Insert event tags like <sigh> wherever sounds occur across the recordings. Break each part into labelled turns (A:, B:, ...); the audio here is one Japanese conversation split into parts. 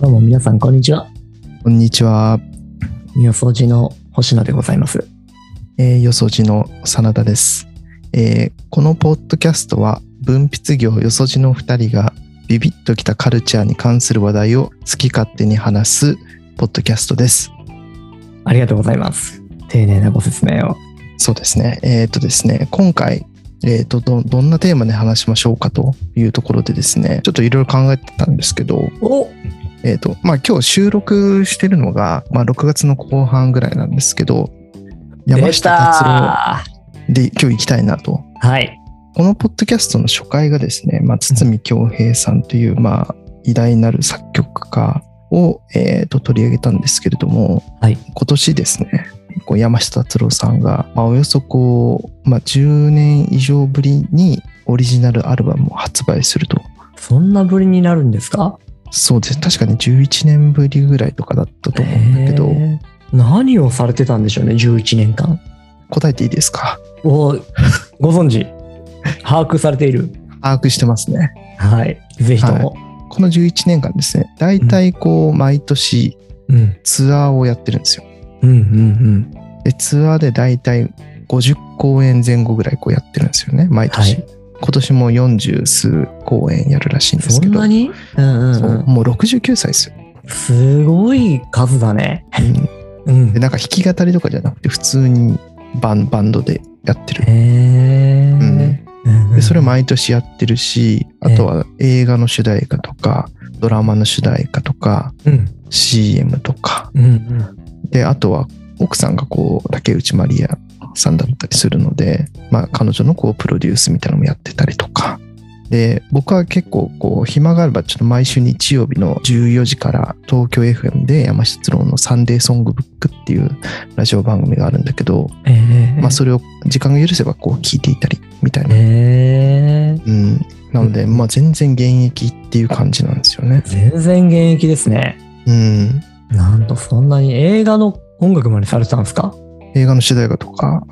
A: どうも皆さん、こんにちは。
B: こんにちは、
A: よそじの星野でございます。
B: えー、よそじの真田です、えーこのポッドキャストは文筆業よそじの2人がビビッときたカルチャーに関する話題を好き勝手に話すポッドキャストです。
A: ありがとうございます。丁寧なご説明を。
B: そうですね。えーっとですね、今回、えーっとど、どんなテーマで話しましょうかというところでですね、ちょっといろいろ考えてたんですけど、
A: お
B: えーっと、まあ今日収録してるのが、まあ6月の後半ぐらいなんですけど、山下達郎で今日行きたいなと
A: はい。
B: このポッドキャストの初回がですね、まあ、堤恭平さんという、まあ、偉大なる作曲家を、えーと取り上げたんですけれども、
A: はい
B: 今年ですねこう山下達郎さんが、まあ、およそこう、まあ、10年以上ぶりにオリジナルアルバムを発売すると
A: そんなぶりになるんですか
B: そうです確かに11年ぶりぐらいとかだったと思うんだけど、
A: へー何をされてたんでしょうね、11年間。
B: 答えていいですか
A: おご存知把握されている
B: 把握してますね
A: はい。ぜひとも。
B: この11年間ですね大体こう毎年
A: うん。
B: ツアーをやってるんですよ
A: うんうん
B: でツアーで大体50公演前後ぐらいこうやってるんですよね毎年、
A: はい
B: 今年も40数公演やるらしいん
A: うん。
B: です
A: そ
B: け
A: ん
B: ど
A: なにうんうん
B: そう
A: うん。
B: もう69歳ですよ、
A: すごい数だね。うん
B: で。なんか弾き語りとかじゃなくて普通にバンバンドでやってる
A: へえ。うんう
B: で
A: ん
B: それ毎年やってるしあとは映画の主題歌とかドラマの主題歌とか
A: うん。
B: CM とか
A: うんうん。
B: であとは奥さんがこう竹内まりやさんだったりするので、まあ、彼女のこうプロデュースみたいなのもやってたりとかで僕は結構こう暇があればちょっと毎週日曜日の14時から東京 FM で山下達郎の「サンデーソングブック」っていうラジオ番組があるんだけど、
A: ええ
B: まあ、それを時間が許せばこう聞いていたりみたいな、
A: ええ
B: うん、なのでまあ全然現役っていう感じなんですよね。
A: 全然現役ですね。
B: うん、
A: なんとそんなに映画の音楽までされてたんですか
B: 映画の主題歌とか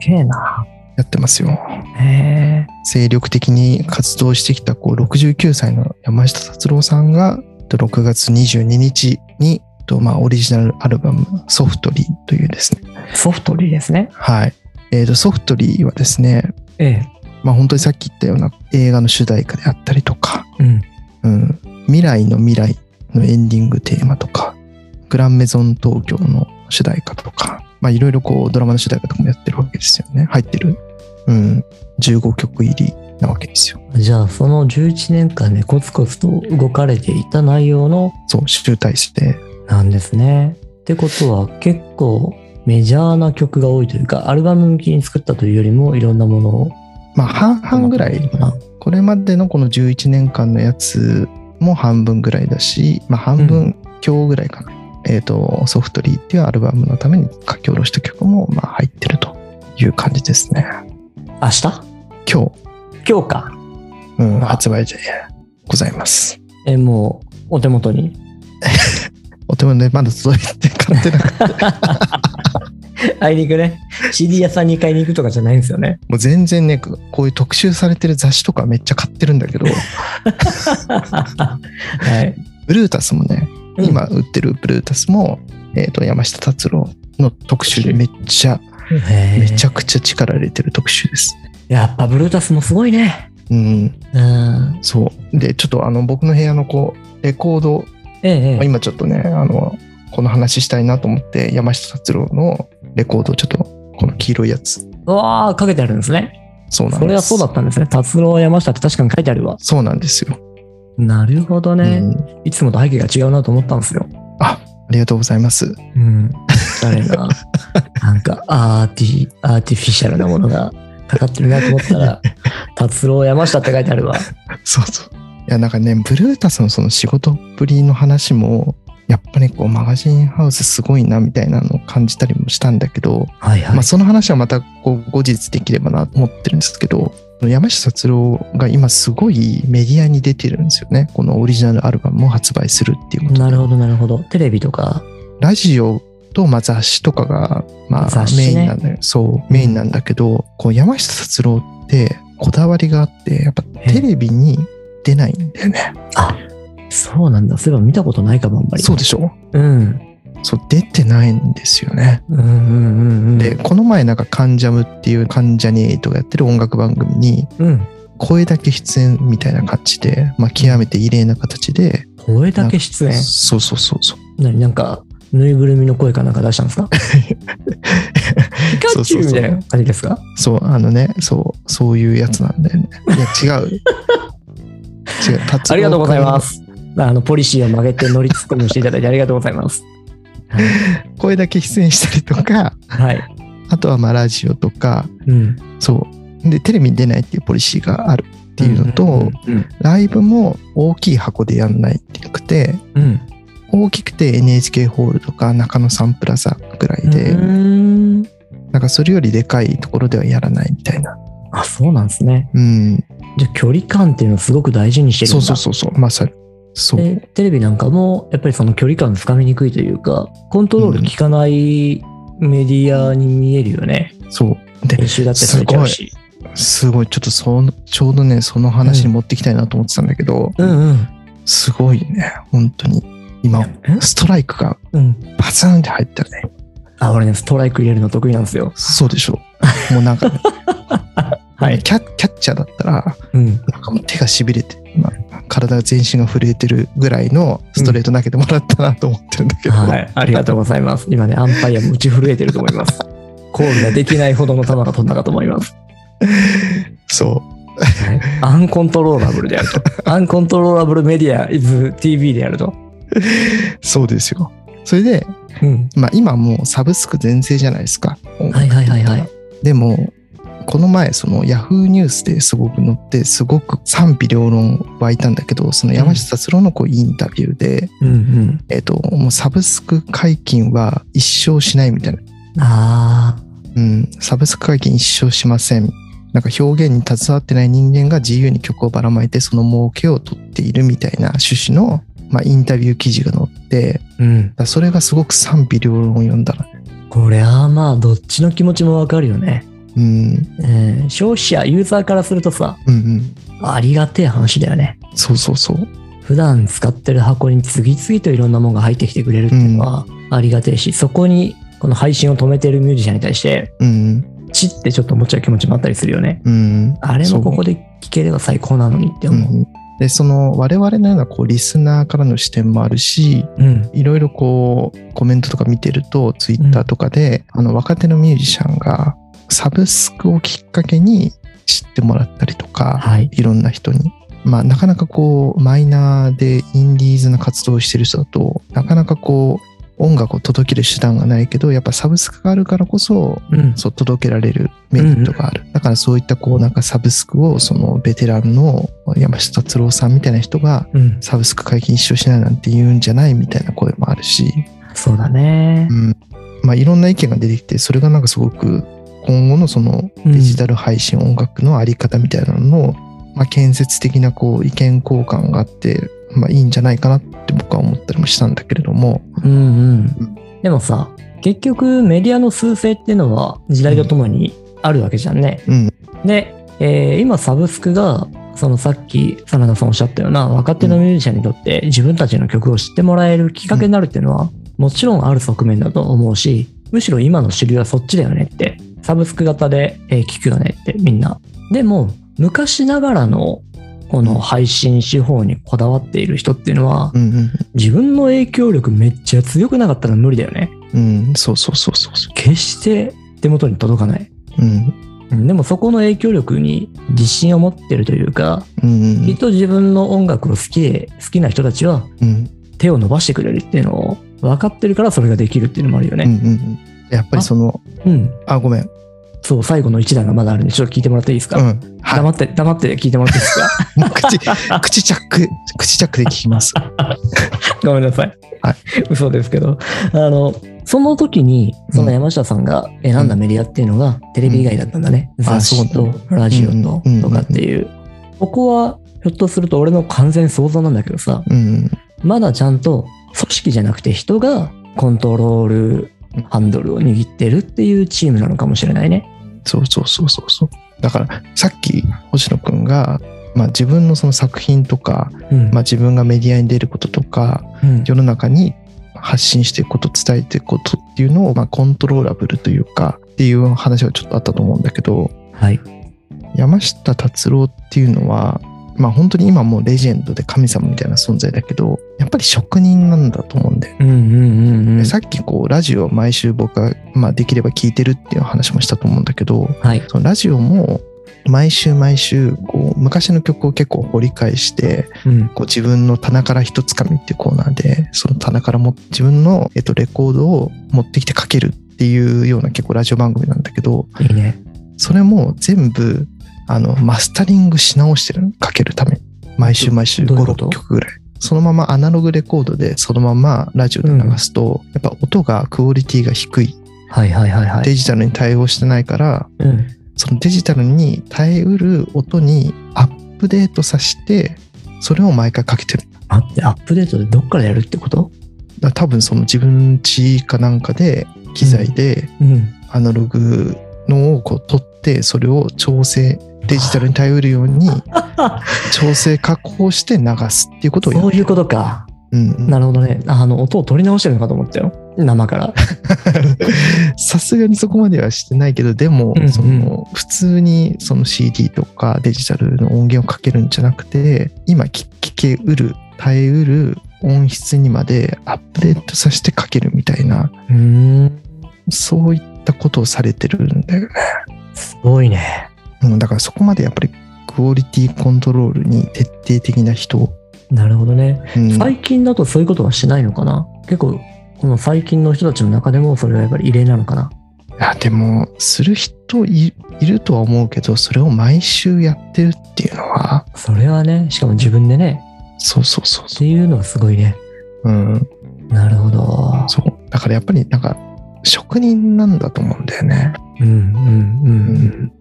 A: すげえな。
B: やってますよ。
A: へえ。
B: 精力的に活動してきたこう69歳の山下達郎さんがと6月22日にとまあオリジナルアルバム「ソフトリー」というですね
A: ソフトリーですね。
B: はい、えー、とソフトリーはですね
A: ええ。
B: まあ本当にさっき言ったような映画の主題歌であったりとか、
A: うん。
B: うん、未来の未来のエンディングテーマとかグランメゾン東京の主題歌とかまあいろいろこうドラマの主題歌とかもやってるわけですよね入ってる、うん、15曲入りなわけですよ
A: じゃあその11年間でコツコツと動かれていた内容の
B: そう集大して
A: なんですね。ってことは結構メジャーな曲が多いというかアルバム向きに作ったというよりもいろんなものを。
B: まあ半々ぐらい
A: かな
B: これまでのこの11年間のやつも半分ぐらいだし、まあ、半
A: う
B: 分強ぐらいかな、えっ、とソフトリーっていうアルバムのために書き下ろした曲もまあ入ってるという感じですね
A: 明日
B: 今日、
A: 今日か。
B: うん、
A: あ
B: 発売でございます
A: え、もうお手元に。
B: お手元でまだ届いて買ってな
A: <laughs>
B: くて
A: <laughs> あいに行く <laughs> ね。CD 屋さんに買いに行くとかじゃないんですよね。
B: もう全然ねこういう特集されてる雑誌とかめっちゃ買ってるんだけど
A: <laughs> はい。
B: ブルータスもね今売ってるブルータスも、えー、と山下達郎の特集でめっちゃめ
A: め
B: ちゃくちゃ力入れてる特集です。
A: やっぱブルータスもすごいね。
B: うん、
A: うん。
B: そう。で、ちょっとあの僕の部屋のこう、レコード、
A: ええ
B: まあ、。今ちょっとね、あの、この話したいなと思って、山下達郎のレコード、ちょっとこの黄色いやつ、
A: うわあ、かけてあるんですね。
B: そうなんです。
A: それはそうだったんですね。達郎山下って確かに書いてあるわ。
B: そうなんですよ。
A: なるほどね。
B: うん
A: いつもと背景が違うなと思ったんですよ。
B: ありがとうございます。
A: うん。誰
B: <laughs>
A: な。なんかアーティ、アーティフィシャルなものがかかってるなと思った
B: <laughs>
A: ら、達郎山下って書いてあるわ。
B: そうそう。いや、なんかね、ブルータスのその仕事っぷりの話も、やっぱりこう、マガジンハウスすごいなみたいなのを感じたりもしたんだけど、
A: はいはい。
B: まあ、その話はまたこう後日できればなと思ってるんですけど山下達郎が今すごいメディアに出てるんですよねこのオリジナルアルバムを発売するっていうこと
A: なるほど、なるほど。テレビとか。
B: ラジオとまあ雑誌とかがまあ
A: 雑誌
B: メ
A: ね
B: インなんだよ、そうメインなんだけどこう山下達郎ってこだわりがあってやっぱテレビに出ないんだよね
A: あそうなんだ。そういえば見たことないかも、あんまり。
B: そうでしょ
A: うん。
B: そう、出てないんですよね。
A: うんうんうんうん。
B: で、、この前なんか関ジャムっていう関ジャニエイトがやってる音楽番組に、
A: うん。
B: 声だけ出演みたいな感じで、まあ極めて異例な形で、
A: 声だけ出演。
B: そうそうそうそう。
A: なになんか、ぬいぐるみの声かなんか出したんですかピカチュウみたいな感じですか
B: そう、あのね、そう、そういうやつなんだよね。
A: <laughs>
B: いや、違う。違う。達郎
A: ありがとうございま。す。あの、ポリシーを曲げて乗りツッコミをしていただいてありがとうございます。
B: 声だけ出演したりとか、
A: はい。
B: あとはまあラジオとか、
A: うん。
B: そう。で、テレビに出ないっていうポリシーがあるっていうのと、
A: うん、
B: ライブも大きい箱でやんないってよくて、
A: うん。
B: 大きくて NHK ホールとか中野サンプラザぐらいで、
A: うん。
B: なんかそれよりでかいところではやらないみたいな。
A: あ、そうなんですね。
B: うん。
A: じゃあ、距離感っていうのをすごく大事にしてるん
B: そ
A: だ。
B: うそうそうそう、まさに。そう。
A: でテレビなんかもやっぱりその距離感つかみにくいというかコントロール効かないメディアに見えるよね、
B: そう。で、
A: 練習だってされちゃうし
B: すごい、ちょっとその、ちょうどね、その話に持ってきたいなと思ってたんだけど、
A: うんうん
B: すごいね、本当に。今、ストライクが
A: うん
B: バツンって入ったね。
A: あ俺ねストライク入れるの得意なんですよ
B: そうでしょう。もうなんか、ね、
A: <laughs> はい
B: キャキャッチャーだったら、
A: うん
B: なんかもう手が痺れて、まあ、体が全身が震えてるぐらいのストレート投げてもらったなと思ってるんだけど、
A: はいありがとうございます今ねアンパイアも打ち震えてると思います <laughs> コールができないほどの球が飛んだかと思います、
B: そ
A: はいアンコントローラブルである <laughs> とアンコントローラブルメディア is TV であると
B: う、そうですよ。それで、
A: うん
B: まあ、今もうサブスク全盛じゃないですか。
A: はいはいはいはい
B: でも、この前、そのヤフーニュースですごく載って、すごく賛否両論湧いたんだけど、その山下達郎のこうインタビューで、
A: うん
B: えっと、もうサブスク解禁は一生しないみたいな。
A: うんああ
B: うん、サブスク解禁一生しません。なんか表現に携わってない人間が自由に曲をばらまいてその儲けを取っているみたいな趣旨の、まあ、インタビュー記事が載って、だか
A: うん
B: らそれがすごく賛否両論を読んだら、
A: これはまあどっちの気持ちもわかるよね、
B: うん、
A: えー消費者ユーザーからするとさ
B: うんうん、
A: ありがてえ話だよね
B: そうそうそう、
A: 普段使ってる箱に次々といろんなものが入ってきてくれるっていうのはありがてえし、そこにこの配信を止めてるミュージシャンに対して
B: うん、
A: チってちょっと思っちゃう気持ちもあったりするよね
B: うん。
A: あれもここで聞ければ最高なのにって
B: う
A: 思う、
B: ん、でその我々のようなこうリスナーからの視点もあるし
A: うん
B: いろいろこうコメントとか見てるとツイッターとかで、あの若手のミュージシャンがサブスクをきっかけに知ってもらったりとか
A: はい
B: いろんな人に。まあ、なかなかこうマイナーでインディーズな活動をしてる人だとなかなかこう音楽を届ける手段がないけどやっぱサブスクがあるからこそ
A: うん
B: そう届けられるメリットがある、だからそういったこうなんかサブスクをそのベテランの山下達郎さんみたいな人が
A: うん
B: サブスク解禁一生しないなんて言うんじゃないみたいな声もあるし、
A: そうだね
B: うんまあ、いろんな意見が出てきてそれがなんかすごく今後のその
A: うん
B: デジタル配信音楽のあり方みたいなのの、まあ、建設的なこう意見交換があって、まあ、いいんじゃないかなって僕は思ったりもしたんだけれども、
A: うんうんでもさ結局メディアの数勢っていうのは時代とともにあるわけじゃんね、
B: うん
A: で、えー今サブスクがそのさっき真田さんおっしゃったような若手のミュージシャンにとって自分たちの曲を知ってもらえるきっかけになるっていうのは、もちろんある側面だと思うしむしろ今の主流はそっちだよねってサブスク型で、えー聞くよねってみんなでも昔ながらのこの配信手法にこだわっている人っていうのは
B: うんうん
A: 自分の影響力めっちゃ強くなかったら無理だよね
B: うん、そうそうそうそうそ。
A: 決して手元に届かないう
B: うん
A: うんでもそこの影響力に自信を持ってるというか、
B: うん
A: きっと自分の音楽を好きで、好きな人たちは
B: うんうん
A: 手を伸ばしてくれるっていうのを分かってるからそれができるっていうのもあるよ
B: うん
A: ね。
B: うんうん、やっぱりその
A: うん。
B: あごめん、
A: そう、最後の一段がまだあるんで、ちょっと聞いてもらっていいですか、
B: うん、はい、
A: 黙って、黙って聞いてもらっていいです
B: <laughs>
A: か
B: も
A: <laughs>
B: う口口チャック口チャックで聞きます。
A: ごめんなさい。
B: はい。
A: <laughs> 嘘ですけど。あの、その時に、その山下さんが選んだメディアっていうのが、テレビ以外だったんだね。雑誌
B: そう
A: と
B: な
A: ラジオと
B: うんうんうんうん
A: とかっていう。ここは、ひょっとすると俺の完全想像なんだけどさ、
B: うん
A: まだちゃんと組織じゃなくて人がコントロールハンドルを握ってるっていうチームなのかもしれないね。
B: そうそうそうそうそう。だからさっき星野くんがまあ、自分のその作品とか、
A: うん
B: まあ、自分がメディアに出ることとか
A: うん
B: 世の中に発信していくこと伝えていくことっていうのを、まあ、コントローラブルというかっていう話がちょっとあったと思うんだけど
A: はい。
B: 山下達郎っていうのは、まあ、本当に今もうレジェンドで神様みたいな存在だけどやっぱり職人なんだと思うんだよね
A: うんうんうんうん
B: で。さっきこうラジオを毎週僕は、まあ、できれば聞いてるっていう話もしたと思うんだけど
A: はい。
B: そのラジオも毎週毎週こう昔の曲を結構掘り返して
A: うん。
B: こう自分の棚から一つかみっていうコーナーでその棚からも自分の、えっと、レコードを持ってきてかけるっていうような結構ラジオ番組なんだけど
A: いいね。
B: それも全部あのマスタリングし直してるのかけるために毎週毎週
A: どどういうこと
B: 56曲ぐらいそのままアナログレコードでそのままラジオで流すと、やっぱ音がクオリティが低い
A: はいはいはいは
B: デ
A: い。
B: ジタルに対応してないから
A: うん。
B: そのデジタルに耐えうる音にアップデートさせてそれを毎回かけてる
A: 待って、アップデートでどっからやるってこと
B: だから多分その自分家かなんかで機材で
A: うん。
B: アナログのをこう取ってそれを調整デジタルに頼るよ
A: <laughs>
B: うに調整加工して流すっていうことをや
A: そう
B: る。
A: いうことか。
B: うんうん
A: なるほどね。あの、音を取り直してるのかと思ったよ。生
B: <laughs>
A: から。
B: さすがにそこまではしてないけどでも
A: うんうん
B: その普通にその CD とかデジタルの音源をかけるんじゃなくて今聞聞けうる耐えうる音質にまでアップデートさせてかけるみたいな
A: うーん。
B: そういったことをされてるんだよね。
A: すごいね。
B: うん、だからそこまでやっぱりクオリティコントロールに徹底的な人、
A: なるほどね。
B: うん
A: 最近だとそういうことはしないのかな結構、この最近の人たちの中でもそれはやっぱり異例なのかない
B: やでもする人いいるとは思うけどそれを毎週やってるっていうのは
A: それはね、しかも自分でね、
B: そうそうそう
A: っ
B: そ
A: ていうのはすごいね。
B: う,、うん、
A: なるほど。
B: そうだからやっぱりなんか職人なんだと思うんだよね、
A: うんうんう
B: うんん、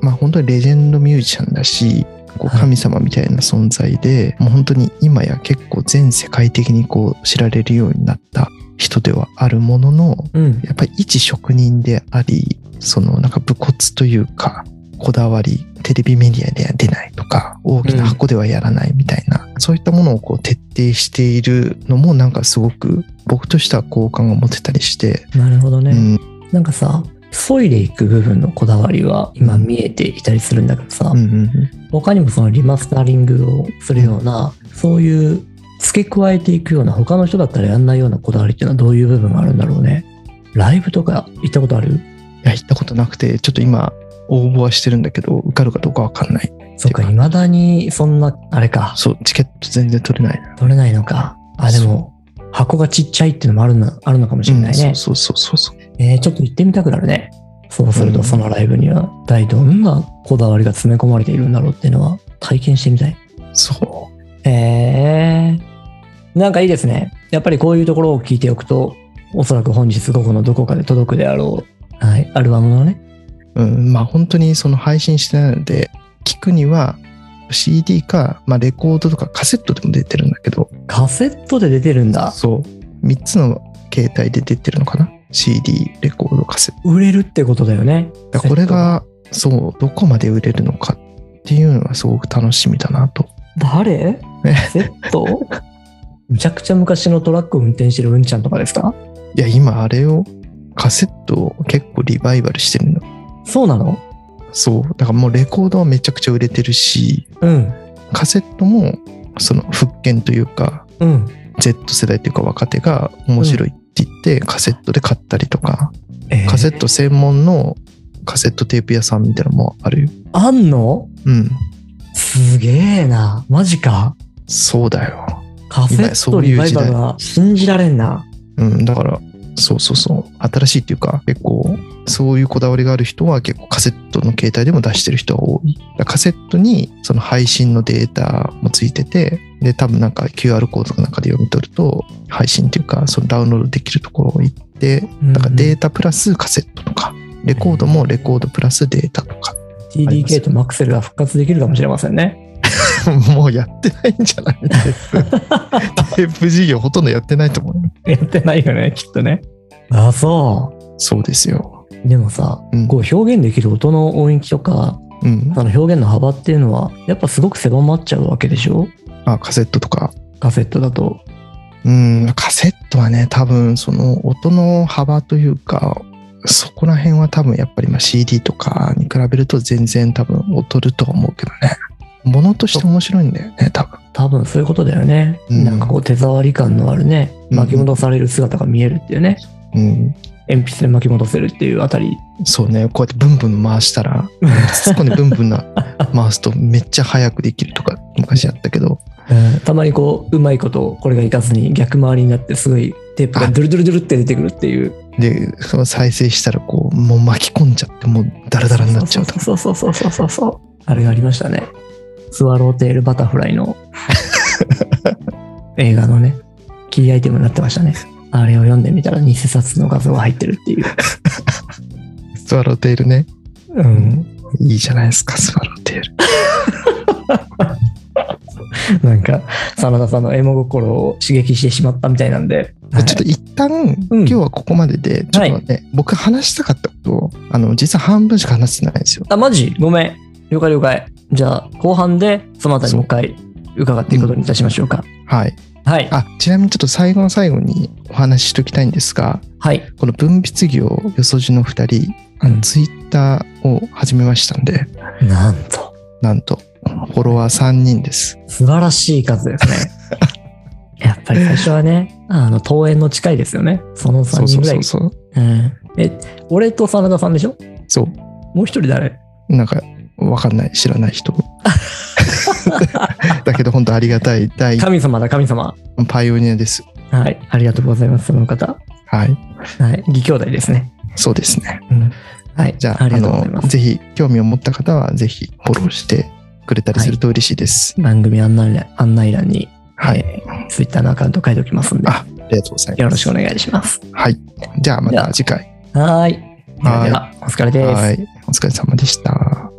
B: まあ本当にレジェンドミュージシャンだしこ
A: は
B: う
A: い
B: 神様みたいな存在で、もう本当に今や結構全世界的にこう知られるようになった人ではあるものの
A: うん。うん。
B: やっぱり一職人でありそのなんか武骨というかこだわりテレビメディアでは出ないとか大きな箱ではやらないみたいな、そういったものをこう徹底しているのもなんかすごく僕としては好感が持てたりして、
A: なるほどね。
B: うん
A: なんかさ、削いでいく部分のこだわりは今見えていたりするんだけどさ、
B: うんうん
A: 他にもそのリマスタリングをするような、そういう付け加えていくような、他の人だったらやんないようなこだわりっていうのはどういう部分があるんだろうね。ライブとか行ったことある
B: いや行ったことなくてちょっと今応募はしてるんだけど受かるかどうかわかんない
A: そっか、未だにそんな、あれか、
B: そうチケット全然取れないな
A: 取れないのか。あ、でも、箱がちっちゃいっていうのもあるなあるのかもしれないね。
B: うんそうそうそうそう
A: えーちょっと行ってみたくなるね。そうする
B: う
A: と、
B: ん
A: そのライブには、一体どんなこだわりが詰め込まれているんだろうっていうのは体験してみたい。
B: そう
A: えー、なんかいいですね。やっぱりこういうところを聞いておくと、おそらく本日午後のどこかで届くであろう、はい、アルバムのね。
B: うん、まあ本当にその配信してないので、聞くには CD か、まあ、レコードとかカセットでも出てるんだけど、
A: カセットで出てるんだ。
B: そう。3つの携帯で出てるのかな ?CD、レコード、カセッ
A: 売れるってことだよね。
B: ト。だからこれが、そう、どこまで売れるのかっていうのがすごく楽しみだなと。
A: 誰カセットむちゃくちゃ昔のトラックを運転してるうんちゃんとかですか
B: いや、今あれを、カセットを結構リバイバルしてるの。
A: そうなの
B: そう。だからもうレコードはめちゃくちゃ売れてるし、
A: うん。
B: カセットも、その復権というか、
A: うん。
B: Z 世代というか若手が面白いって言ってカセットで買ったりとか、
A: えー
B: カセット専門のカセットテープ屋さんみたいなのもあるよ。
A: あんの
B: うん。
A: すげえな。マジか。
B: そうだよ。
A: カセ
B: 今
A: ッ
B: そ
A: ト
B: うい
A: リ
B: う
A: バイ
B: 時
A: バ
B: 代
A: ルは信じられんな。
B: うん。だから、そうそうそう。新しいっていうか、結構、そういうこだわりがある人は結構カセットの携帯でも出してる人が多い。だからカセットにその配信のデータもついてて、で、多分なんか QR コードかなんかで読み取ると、配信っていうか、そのダウンロードできるところ行って、だからデータプラスカセットとか、レコードもレコードプラスデータとか、 <laughs>
A: うん TDK とマクセルが復活できるかもしれませんね。
B: もうやってないんじゃないテープテープ事業ほとんど <laughs> やってないと思うよ。
A: やってないよね、きっとね。あ、そ
B: そうですよ。
A: う。でもさ、
B: うん
A: こう表現できる音の音域とか、
B: うん。
A: その表現の幅っていうのは、やっぱすごく狭まっちゃうわけでしょ
B: あ、カセットとか。
A: カセットだと。
B: うん、カセットはね、多分その音の幅というか、そこら辺は多分やっぱりまあ CD とかに比べると全然多分劣るとは思うけどね。ものとして面白いんだよね、多分。
A: 多分そういうことだよね。
B: うん
A: なんかこう手触り感のあるね、
B: うん
A: 巻き戻される姿が見えるっていうね、
B: うん。
A: 鉛筆で巻き戻せるっていうあたり、
B: そうね、こうやってブンブン回したら、そこにブンブン
A: <laughs>
B: な回すとめっちゃ早くできるとか昔やったけど、
A: たまにこう、うまいこと、これがいかずに逆回りになって、すごいテープがドゥルドゥルドゥルって出てくるっていう。
B: で、その再生したらこう、もう巻き込んじゃって、もうダラダラになっちゃうとか。
A: そうそうそうそうそうそうそう。あれがありましたね。スワローテールバタフライ
B: <laughs>
A: の映画のね、キーアイテムになってましたね。あれを読んでみたら偽札の画像が入ってるっていう。
B: スワローテールね。
A: うん。
B: いいじゃないですか、スワローテール。
A: なんか、真田さんのエモ心を刺激してしまったみたいなんで。
B: ちょっと一旦、
A: うん
B: 今日はここまでで、ちょっとね、僕話したかったことを、あの、実は半分しか話してないんですよ。
A: あ、マジごめん。了解了解。じゃあ、後半でそのあたりもう一回伺っていくことにいたしましょうか。
B: はい。
A: はい。
B: あ、ちなみにちょっと最後の最後にお話ししておきたいんですが、
A: はい。
B: この文筆業よそじの二人、あ
A: う
B: の
A: ん
B: ツイッターを始めましたんで、
A: なんと、
B: なんと、フォロワー3人です。
A: 素晴らしい数です
B: <laughs>
A: ね。やっぱり最初はね、あの、登園の近いですよね。その3
B: そう
A: 人
B: そう
A: ぐら
B: そ
A: い。
B: うそう。
A: うん、え、俺と真田さんでしょ
B: そ
A: もう一人誰
B: う。なんか、わかんない、知らな
A: <laughs>
B: い人。だけど、本当ありがたい、大
A: 神様だ、神様。
B: パイオニアです。
A: はい。ありがとうございます、その方。
B: はい。
A: はい。義兄弟ですね。
B: そうですね。
A: はい。
B: じゃあ、
A: あ
B: あ
A: りがとうございま
B: の、
A: す。
B: ぜひ、興味を持った方は、ぜひ、フォローしてくれたりすると嬉しいです。
A: 番組案内欄案内欄に、
B: はい。
A: えー、Twitter のアカウント書いておきますんで、
B: あありがとうございます。
A: よろしくお願いします。
B: はい。じゃあ、また次回。
A: はーい。ではでは、お疲れです。
B: はい。お疲れ様でした。